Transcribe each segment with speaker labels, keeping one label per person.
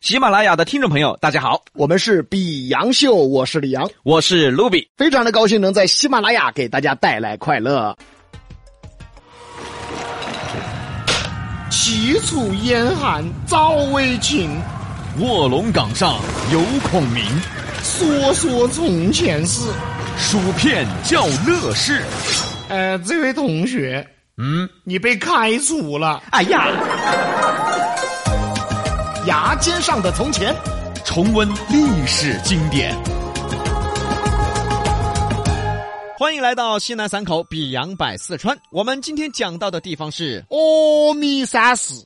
Speaker 1: 喜马拉雅的听众朋友，大家好，
Speaker 2: 我们是比杨秀，我是李阳，
Speaker 1: 我是卢比。
Speaker 2: 非常的高兴能在喜马拉雅给大家带来快乐。齐楚燕韩早为秦，
Speaker 3: 卧龙岗上有孔明，
Speaker 2: 说说从前事。
Speaker 3: 薯片叫乐事。
Speaker 2: 呃，这位同学，
Speaker 3: 嗯，
Speaker 2: 你被开除了。
Speaker 1: 哎呀，
Speaker 2: 牙尖上的从前，
Speaker 3: 重温历史经典。
Speaker 1: 欢迎来到西南散口比阳百四川。我们今天讲到的地方是
Speaker 2: 阿弥山寺。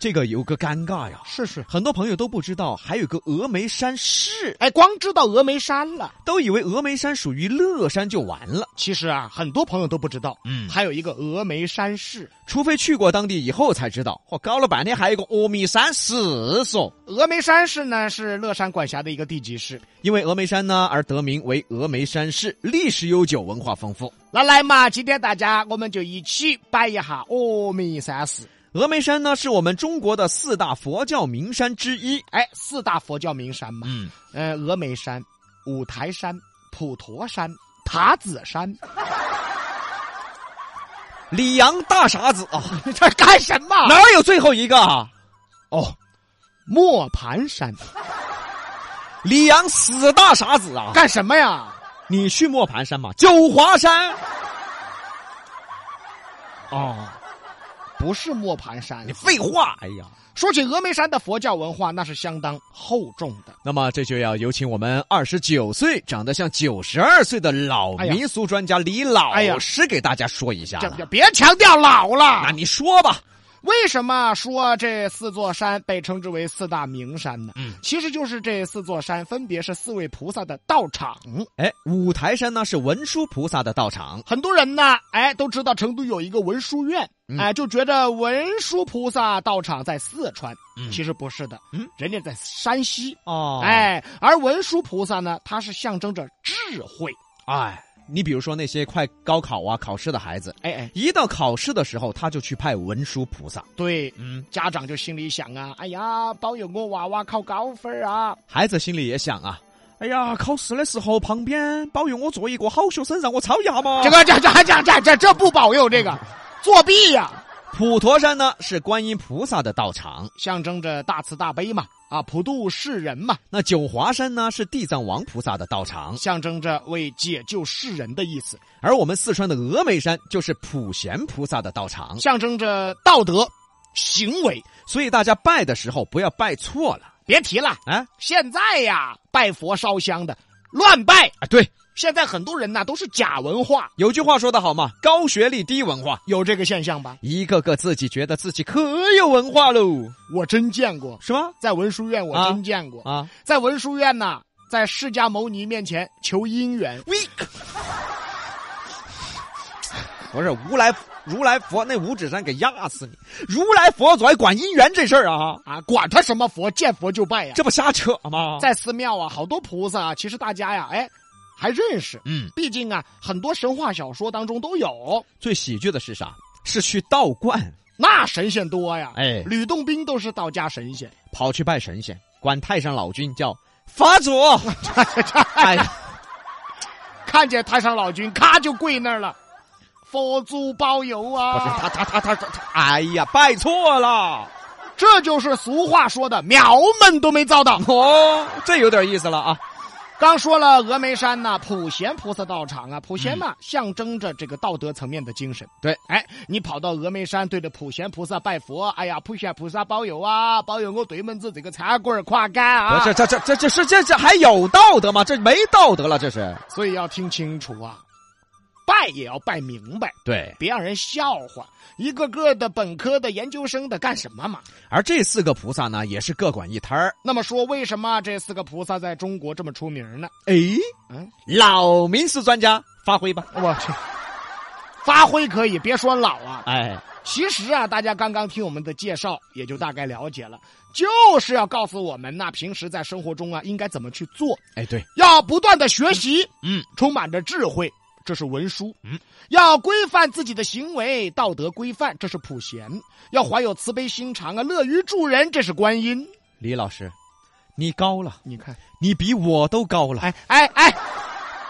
Speaker 1: 这个有个尴尬呀，
Speaker 2: 是是，
Speaker 1: 很多朋友都不知道还有个峨眉山市，
Speaker 2: 哎，光知道峨眉山了。
Speaker 1: 都以为峨眉山属于乐山就完了，
Speaker 2: 其实啊，很多朋友都不知道，
Speaker 3: 嗯
Speaker 2: 还有一个峨眉山市。
Speaker 1: 除非去过当地以后才知道。我搞了半天还有个峨眉山市嗦，
Speaker 2: 峨眉山市呢是乐山管辖的一个地级市。
Speaker 1: 因为峨眉山呢而得名为峨眉山市，历史悠久，文化丰富。
Speaker 2: 那来嘛，今天大家我们就一起摆一下峨眉山寺。
Speaker 1: 峨眉山呢，是我们中国的四大佛教名山之一。
Speaker 2: 哎，四大佛教名山嘛，
Speaker 3: 嗯，
Speaker 2: 呃，峨眉山、五台山、普陀山、塔子山。
Speaker 1: 李阳大傻子啊，
Speaker 2: 这干什么？
Speaker 1: 哪有最后一个啊？
Speaker 2: 哦，磨盘山
Speaker 1: 李阳死大傻子啊！
Speaker 2: 干什么呀？
Speaker 1: 你去磨盘山吗？九华山，
Speaker 2: 哦，不是磨盘山
Speaker 1: 你。废话！哎呀，
Speaker 2: 说起峨眉山的佛教文化，那是相当厚重的。
Speaker 1: 那么这就要有请我们二十九岁、长得像九十二岁的老
Speaker 2: 哎呀哎
Speaker 1: 民俗专家李老
Speaker 2: 哎呀
Speaker 1: 师给大家说一下
Speaker 2: 这
Speaker 1: 了。
Speaker 2: 这别强调老了。
Speaker 1: 那你说吧，
Speaker 2: 为什么说这四座山被称之为四大名山呢？
Speaker 1: 嗯，
Speaker 2: 其实就是这四座山分别是四位菩萨的道场。
Speaker 1: 哎，五台山呢是文殊菩萨的道场，
Speaker 2: 很多人呢，哎，都知道成都有一个文殊院，
Speaker 1: 嗯
Speaker 2: 哎，就觉得文殊菩萨道场在四川，
Speaker 1: 嗯
Speaker 2: 其实不是的，
Speaker 1: 嗯，
Speaker 2: 人家在山西。
Speaker 1: 哦
Speaker 2: 哎，而文殊菩萨呢，它是象征着智慧。
Speaker 1: 哎，你比如说那些快高考啊、考试的孩子，
Speaker 2: 哎哎，
Speaker 1: 一到考试的时候，他就去拜文殊菩萨。
Speaker 2: 对，
Speaker 1: 嗯，
Speaker 2: 家长就心里想啊，哎呀，保佑我娃娃考高分儿啊！
Speaker 1: 孩子心里也想啊，哎呀，考试的时候旁边保佑我做一个好学生，让我抄一下嘛。
Speaker 2: 这个这这这这这这不保佑，这个 作弊呀、
Speaker 1: 普陀山呢是观音菩萨的道场，
Speaker 2: 象征着大慈大悲嘛，啊，普度世人嘛，
Speaker 1: 那九华山呢是地藏王菩萨的道场，
Speaker 2: 象征着为解救世人的意思，
Speaker 1: 而我们四川的峨眉山就是普贤菩萨的道场。
Speaker 2: 象征着道德行为。
Speaker 1: 所以大家拜的时候不要拜错了
Speaker 2: 别提了，
Speaker 1: 啊
Speaker 2: 现在呀，拜佛烧香的乱拜，
Speaker 1: 啊！对，
Speaker 2: 现在很多人呐都是假文化，
Speaker 1: 有句话说得好嘛，高学历低文化，
Speaker 2: 有这个现象吧？
Speaker 1: 一个个自己觉得自己可有文化喽，
Speaker 2: 我真见过，
Speaker 1: 是吗？
Speaker 2: 在文殊院我
Speaker 1: 啊
Speaker 2: 真见过，
Speaker 1: 啊，
Speaker 2: 在文殊院呐，在释迦牟尼面前求姻缘，
Speaker 1: 喂，不是如来如来佛那五指山给压死你！如来佛祖还管姻缘这事儿啊？
Speaker 2: 啊，管他什么佛，见佛就拜呀。
Speaker 1: 这不瞎扯吗？
Speaker 2: 在寺庙啊，好多菩萨啊，其实大家呀，哎，还认识。
Speaker 3: 嗯，
Speaker 2: 毕竟啊，很多神话小说当中都有，
Speaker 1: 最喜剧的是啥？是去道观，
Speaker 2: 那神仙多呀。
Speaker 1: 哎，
Speaker 2: 吕洞宾都是道家神仙，
Speaker 1: 跑去拜神仙，管太上老君叫法祖。哎 呀，
Speaker 2: 看见太上老君，咔就跪那儿了，佛祖保佑
Speaker 1: 不是
Speaker 2: 啊！
Speaker 1: 他他他他他他，哎呀，拜错了
Speaker 2: 这就是俗话说的苗们都没遭到。
Speaker 1: 哦，这有点意思了啊！
Speaker 2: 刚说了峨眉山呐、普贤菩萨道场啊，普贤呐、象征着这个道德层面的精神。
Speaker 1: 嗯对，
Speaker 2: 哎，你跑到峨眉山，对着普贤菩萨拜佛，哎呀，普贤菩萨保佑啊，保佑我对门子这个餐馆儿垮干啊！
Speaker 1: 不是，这这这这是这这还有道德吗？这没道德了，这是
Speaker 2: 所以要听清楚啊，拜也要拜明白，
Speaker 1: 对。
Speaker 2: 别让人笑话。一个个的本科的、研究生的干什么嘛？
Speaker 1: 而这四个菩萨呢，也是各管一摊儿。
Speaker 2: 那么说，为什么这四个菩萨在中国这么出名呢？
Speaker 1: 哎，
Speaker 2: 嗯，
Speaker 1: 老民俗专家发挥吧。
Speaker 2: 我去，发挥可以，别说老啊。
Speaker 1: 哎，
Speaker 2: 其实啊，大家刚刚听我们的介绍，也就大概了解了，就是要告诉我们呐、平时在生活中啊，应该怎么去做，
Speaker 1: 哎，对，
Speaker 2: 要不断的学习，
Speaker 3: 嗯，
Speaker 2: 充满着智慧，这是文殊，
Speaker 3: 嗯，
Speaker 2: 要规范自己的行为，道德规范，这是普贤，要怀有慈悲心肠啊，乐于助人，这是观音。
Speaker 1: 李老师，你高了，
Speaker 2: 你看，
Speaker 1: 你比我都高了。
Speaker 2: 哎哎哎，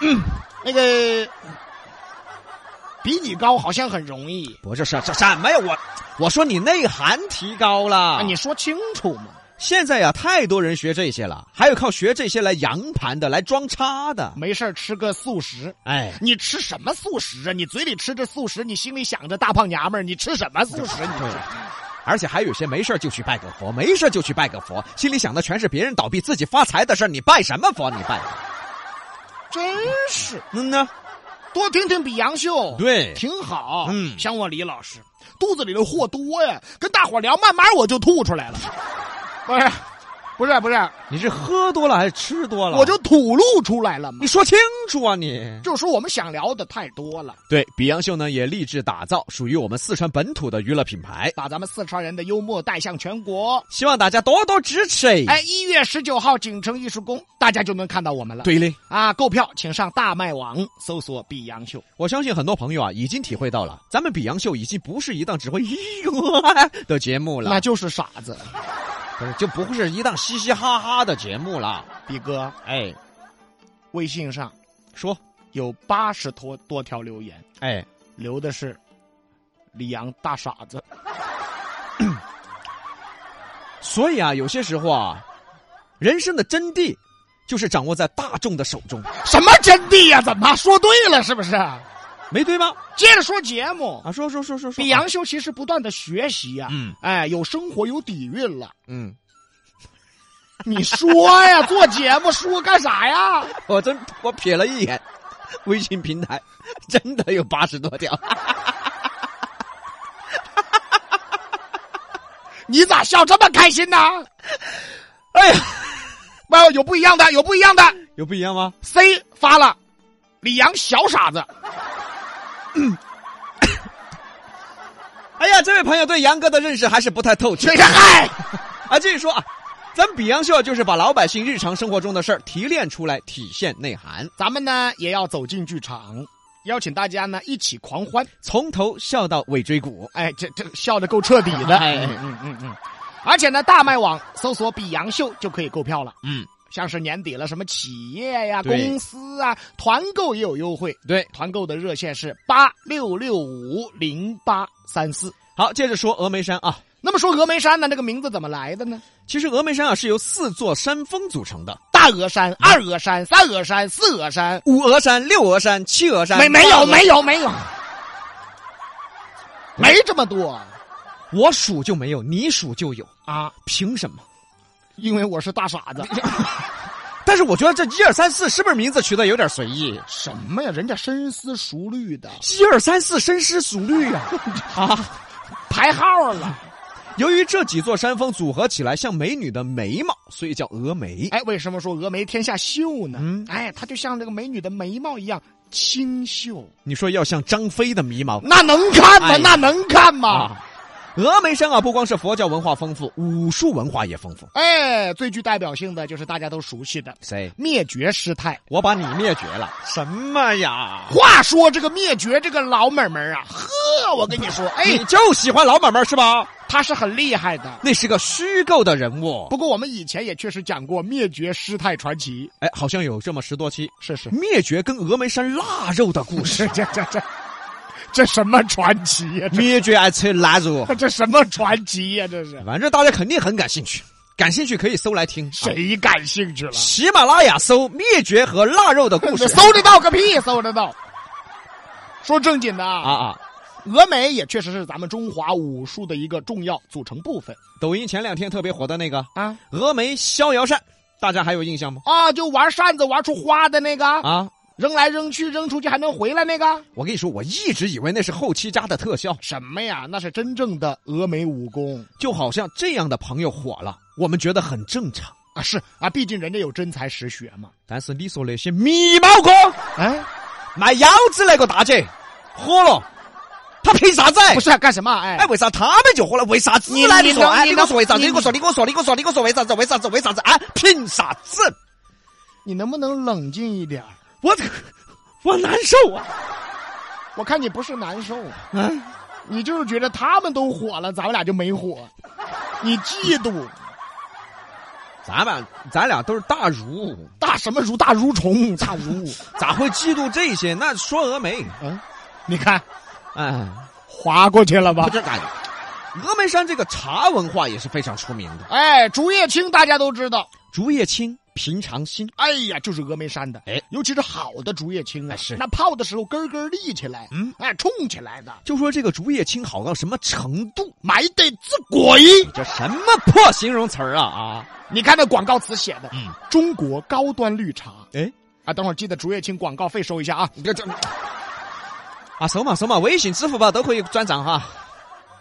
Speaker 2: 嗯，那个比你高好像很容易
Speaker 1: 不是是这什么呀？我我说你内涵提高了，
Speaker 2: 啊，你说清楚嘛。
Speaker 1: 现在呀，太多人学这些了，还有靠学这些来洋盘的，来装叉的。
Speaker 2: 没事儿吃个素食，
Speaker 1: 哎，
Speaker 2: 你吃什么素食啊？你嘴里吃着素食，你心里想着大胖娘们儿，你吃什么素食？你
Speaker 1: 对，而且还有些没事儿就去拜个佛，没事儿就去拜个佛，心里想的全是别人倒闭、自己发财的事儿，你拜什么佛？你拜？
Speaker 2: 真是
Speaker 1: 嗯呢？
Speaker 2: 多听听比洋秀，
Speaker 1: 对
Speaker 2: 挺好。
Speaker 1: 嗯
Speaker 2: 像我李老师，肚子里的货多呀，跟大伙儿聊，慢慢我就吐出来了。不是，不是，不是，
Speaker 1: 你是喝多了还是吃多了？
Speaker 2: 我就吐露出来了嘛
Speaker 1: 你。说清楚啊你！
Speaker 2: 就说我们想聊的太多了，
Speaker 1: 对，比洋秀呢也立志打造属于我们四川本土的娱乐品牌，
Speaker 2: 把咱们四川人的幽默带向全国。
Speaker 1: 希望大家多多支持。
Speaker 2: 哎，，一月十九号锦城艺术宫，大家就能看到我们了。
Speaker 1: 对嘞。
Speaker 2: 啊，购票请上大麦网搜索“比洋秀
Speaker 1: 我相信很多朋友啊，已经体会到了，咱们比洋秀已经不是一档只会的节目”，了，
Speaker 2: 那就是傻子。
Speaker 1: 不是就不是一档嘻嘻哈哈的节目了。
Speaker 2: 比哥，
Speaker 1: 哎，
Speaker 2: 微信上
Speaker 1: 说，
Speaker 2: 有八十多多条留言，
Speaker 1: 哎，
Speaker 2: 留的是李阳大傻子。
Speaker 1: 所以啊，有些时候啊，人生的真谛就是掌握在大众的手中，
Speaker 2: 什么真谛呀、怎么说对了？是不是？
Speaker 1: 没对吗？
Speaker 2: 接着说节目，
Speaker 1: 啊，说说说说说，
Speaker 2: 比杨秀其实不断的学习呀、
Speaker 1: 嗯
Speaker 2: 哎，有生活，有底蕴了。
Speaker 1: 嗯，
Speaker 2: 你说呀， 做节目说干啥呀？
Speaker 1: 我真我瞥了一眼，微信平台真的有八十多条，
Speaker 2: 你咋笑这么开心呢？
Speaker 1: 哎呀，
Speaker 2: 不，有不一样的，有不一样的。
Speaker 1: 有不一样吗？
Speaker 2: C 发了，李阳小傻子。
Speaker 1: 哎呀，这位朋友对杨哥的认识还是不太透彻
Speaker 2: 这。个嗨，
Speaker 1: 啊，继续说啊，咱比洋秀就是把老百姓日常生活中的事儿提炼出来，体现内涵，
Speaker 2: 咱们呢也要走进剧场，邀请大家呢一起狂欢。
Speaker 1: 从头笑到尾椎骨。
Speaker 2: 哎，这这笑的够彻底 的。
Speaker 1: 哎
Speaker 2: 嗯嗯嗯。而且呢，大麦网搜索“比洋秀”就可以购票了。
Speaker 1: 嗯，
Speaker 2: 像是年底了，什么企业呀、
Speaker 1: 对
Speaker 2: 公司啊，团购也有优惠。
Speaker 1: 对，
Speaker 2: 团购的热线是八六六五零八三四。
Speaker 1: 好，接着说峨眉山啊。
Speaker 2: 那么说峨眉山呢，这个名字怎么来的呢？
Speaker 1: 其实峨眉山啊是由四座山峰组成的，
Speaker 2: 大峨山、二峨山、三峨山、四峨山，
Speaker 1: 五峨山、六峨山、七峨山。
Speaker 2: 没没
Speaker 1: 八
Speaker 2: 有
Speaker 1: 峨
Speaker 2: 没，有没 有，没这么多
Speaker 1: 我数就没有，你数就有，
Speaker 2: 啊！
Speaker 1: 凭什么？
Speaker 2: 因为我是大傻子。
Speaker 1: 但是我觉得这一二三四是不是名字取的有点随意？
Speaker 2: 什么呀？人家深思熟虑的
Speaker 1: 一二三四深思熟虑啊！ 啊，
Speaker 2: 排号了。
Speaker 1: 由于这几座山峰组合起来像美女的眉毛，所以叫峨眉。
Speaker 2: 哎，为什么说峨眉天下秀呢？
Speaker 1: 嗯
Speaker 2: 哎，它就像这个美女的眉毛一样清秀，
Speaker 1: 你说要像张飞的眉毛
Speaker 2: 那能
Speaker 1: 哎
Speaker 2: 看吗？
Speaker 1: 呀
Speaker 2: 那能看吗？
Speaker 1: 啊！峨眉山啊，不光是佛教文化丰富，武术文化也丰富。
Speaker 2: 哎，最具代表性的就是大家都熟悉的
Speaker 1: 谁？
Speaker 2: 灭绝师太。
Speaker 1: 我把你灭绝了？什么呀？
Speaker 2: 话说这个灭绝这个老妹妹啊，呵，我 跟你说，哎
Speaker 1: 你，就喜欢老买卖是吧？
Speaker 2: 她是很厉害的。
Speaker 1: 那是个虚构的人物。
Speaker 2: 不过我们以前也确实讲过灭绝师太传奇，
Speaker 1: 哎，好像有这么十多期
Speaker 2: 是是
Speaker 1: 灭绝跟峨眉山腊肉的故事。
Speaker 2: 这这这这这什么传奇呀、这
Speaker 1: 灭绝爱吃腊肉，
Speaker 2: 这什么传奇呀、这是。
Speaker 1: 反正大家肯定很感兴趣，感兴趣可以搜来听。啊
Speaker 2: 谁感兴趣了？
Speaker 1: 喜马拉雅搜灭绝和腊肉的故 事。
Speaker 2: 搜得到个屁，搜得到。说正经的啊，
Speaker 1: 啊啊！
Speaker 2: 峨眉也确实是咱们中华武术的一个重要组成部分
Speaker 1: 抖音前两天特别火的那个
Speaker 2: 啊
Speaker 1: 峨眉逍遥扇，大家还有印象吗？
Speaker 2: 啊，就玩扇子玩出花的那个，
Speaker 1: 啊，
Speaker 2: 扔来扔去，扔出去还能回来那个，
Speaker 1: 我跟你说，我一直以为那是后期加的特效，
Speaker 2: 什么呀？那是真正的峨眉武功
Speaker 1: 就好像这样的朋友火了，我们觉得很正常。
Speaker 2: 啊！是啊，毕竟人家有真才实学嘛。
Speaker 1: 但是你说那些米毛哥
Speaker 2: 哎，
Speaker 1: 卖腰子那个大姐火了，她凭啥子？
Speaker 2: 不是干什么？哎
Speaker 1: 哎，，为啥他们就火了？为啥子
Speaker 2: 你
Speaker 1: 呢？
Speaker 2: 你
Speaker 1: 说，
Speaker 2: 能
Speaker 1: 哎，
Speaker 2: 你
Speaker 1: 你跟我
Speaker 2: 能
Speaker 1: 说为啥子？
Speaker 2: 你
Speaker 1: 你跟我说，你跟我说，你跟我说，你跟我说为啥子？为啥子？为啥子？啊，凭啥子？
Speaker 2: 你能不能冷静一点儿？
Speaker 1: 我我难受啊！
Speaker 2: 我看你不是难受，
Speaker 1: 嗯，
Speaker 2: 你就是觉得他们都火了，咱们俩就没火，你嫉妒。
Speaker 1: 咱们咱俩都是大儒，
Speaker 2: 大什么如大如虫，大如
Speaker 1: 咋会嫉妒这些？那说峨眉，
Speaker 2: 嗯，你看
Speaker 1: 哎，
Speaker 2: 划过去了吧
Speaker 1: 不？是感觉。峨眉山这个茶文化也是非常出名的。
Speaker 2: 哎，竹叶青大家都知道，
Speaker 1: 竹叶青，平常心。
Speaker 2: 哎呀，就是峨眉山的，
Speaker 1: 哎，
Speaker 2: 尤其是好的竹叶青啊，
Speaker 1: 哎是
Speaker 2: 那泡的时候根儿根儿立起来，
Speaker 1: 嗯，
Speaker 2: 哎，冲起来的，
Speaker 1: 就说这个竹叶青好到什么程度？
Speaker 2: 埋得自鬼。
Speaker 1: 这什么破形容词儿啊啊！
Speaker 2: 你看那广告词写的，
Speaker 1: 嗯，
Speaker 2: 中国高端绿茶，
Speaker 1: 哎，
Speaker 2: 啊，等会儿记得竹叶青广告费收一下啊，
Speaker 1: 这这啊，扫码扫码，微信、支付宝都可以转账哈。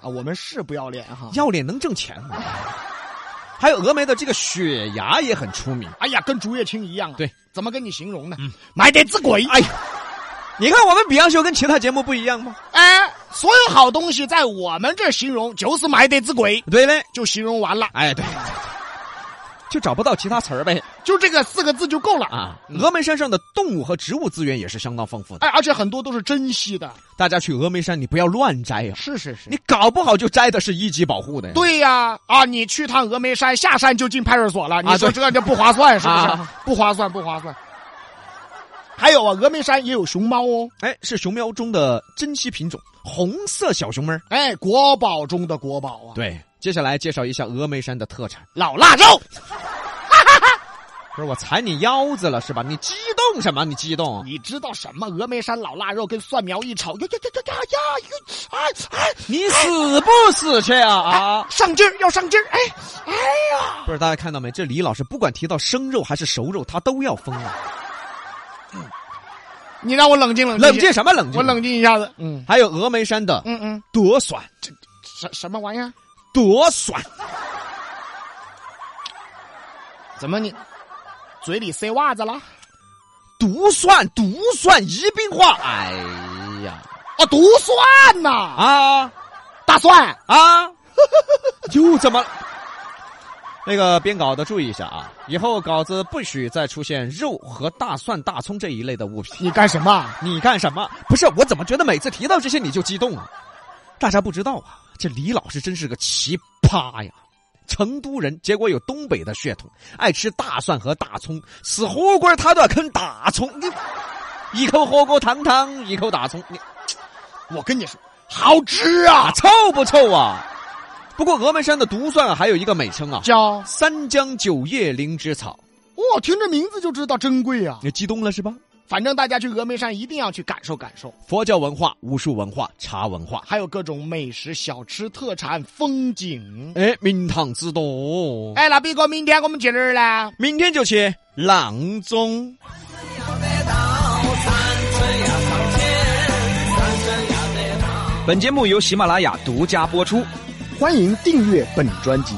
Speaker 2: 啊，我们是不要脸哈。
Speaker 1: 要脸能挣钱吗？还有峨眉的这个雪崖也很出名。
Speaker 2: 哎呀，跟竹叶青一样啊！
Speaker 1: 对，
Speaker 2: 怎么跟你形容呢？
Speaker 1: 嗯
Speaker 2: 埋得自鬼！
Speaker 1: 哎呀，你看我们比洋秀跟其他节目不一样吗？
Speaker 2: 哎，所有好东西在我们这儿形容就是埋得自鬼，
Speaker 1: 对嘞，
Speaker 2: 就形容完了，
Speaker 1: 哎对，对对就找不到其他词儿呗
Speaker 2: 就这个四个字就够了。
Speaker 1: 啊！峨眉山上的动物和植物资源也是相当丰富的，
Speaker 2: 哎，而且很多都是珍稀的。
Speaker 1: 大家去峨眉山你不要乱摘呀、
Speaker 2: 是是是
Speaker 1: 你搞不好就摘的是一级保护的呀。
Speaker 2: 对呀、啊，你去趟峨眉山，下山就进派出所了，你
Speaker 1: 啊
Speaker 2: 说
Speaker 1: 对
Speaker 2: 这样就不划算是不是？
Speaker 1: 啊
Speaker 2: 不划算，不划算。还有啊，峨眉山也有熊猫哦，
Speaker 1: 哎，是熊喵中的珍稀品种红色小熊猫。
Speaker 2: 哎，国宝中的国宝啊，
Speaker 1: 对，接下来介绍一下峨眉山的特产。
Speaker 2: 老腊肉。
Speaker 1: 不是我踩你腰子了是吧？你激动什么？你激动？啊
Speaker 2: 你知道什么？峨眉山老腊肉跟蒜苗一炒，呀呀呀呀呀呀！哟哎哎，
Speaker 1: 你死不死去啊啊！
Speaker 2: 上劲儿要上劲儿！哎哎呀，
Speaker 1: 不是大家看到没？这李老师不管提到生肉还是熟肉，他都要疯了。
Speaker 2: 你让我冷静冷静，
Speaker 1: 冷静，什么冷静？啊
Speaker 2: 我冷。静一下子。嗯
Speaker 1: 还有峨眉山的
Speaker 2: 嗯嗯，
Speaker 1: 夺笋，
Speaker 2: 什什么玩意儿？
Speaker 1: 夺笋
Speaker 2: 怎么你嘴里塞袜子了？啊
Speaker 1: 毒蒜毒蒜宜宾话。哎呀
Speaker 2: 哦，毒蒜呐、
Speaker 1: 啊
Speaker 2: 大蒜。
Speaker 1: 啊！又怎么了？那个编稿的注意一下啊，以后稿子不许再出现肉和大蒜、大葱这一类的物品。
Speaker 2: 你干什么？
Speaker 1: 你干什么？不是我怎么觉得每次提到这些你就激动啊？大家不知道啊，这李老师真是个奇葩呀！成都人，结果有东北的血统，爱吃大蒜和大葱，吃火锅他都要啃大葱。你一口火锅汤汤，一口大葱，你
Speaker 2: 我跟你说，好吃
Speaker 1: 啊
Speaker 2: 啊，
Speaker 1: 臭不臭啊？不过峨眉山的毒蒜啊还有一个美称啊，
Speaker 2: 叫
Speaker 1: 三江九叶灵芝草。
Speaker 2: 我哦听这名字就知道珍贵啊。
Speaker 1: 你激动了是吧？
Speaker 2: 反正大家去峨眉山一定要去感受感受，
Speaker 1: 佛教文化、武术文化、茶文化，
Speaker 2: 还有各种美食、小吃、特产、风景。
Speaker 1: 哎，名堂之多。
Speaker 2: 哎，那毕哥，明天我们去哪儿呢？
Speaker 1: 明天就去阆中。
Speaker 4: 本节目由喜马拉雅独家播出。
Speaker 2: 欢迎订阅本专辑，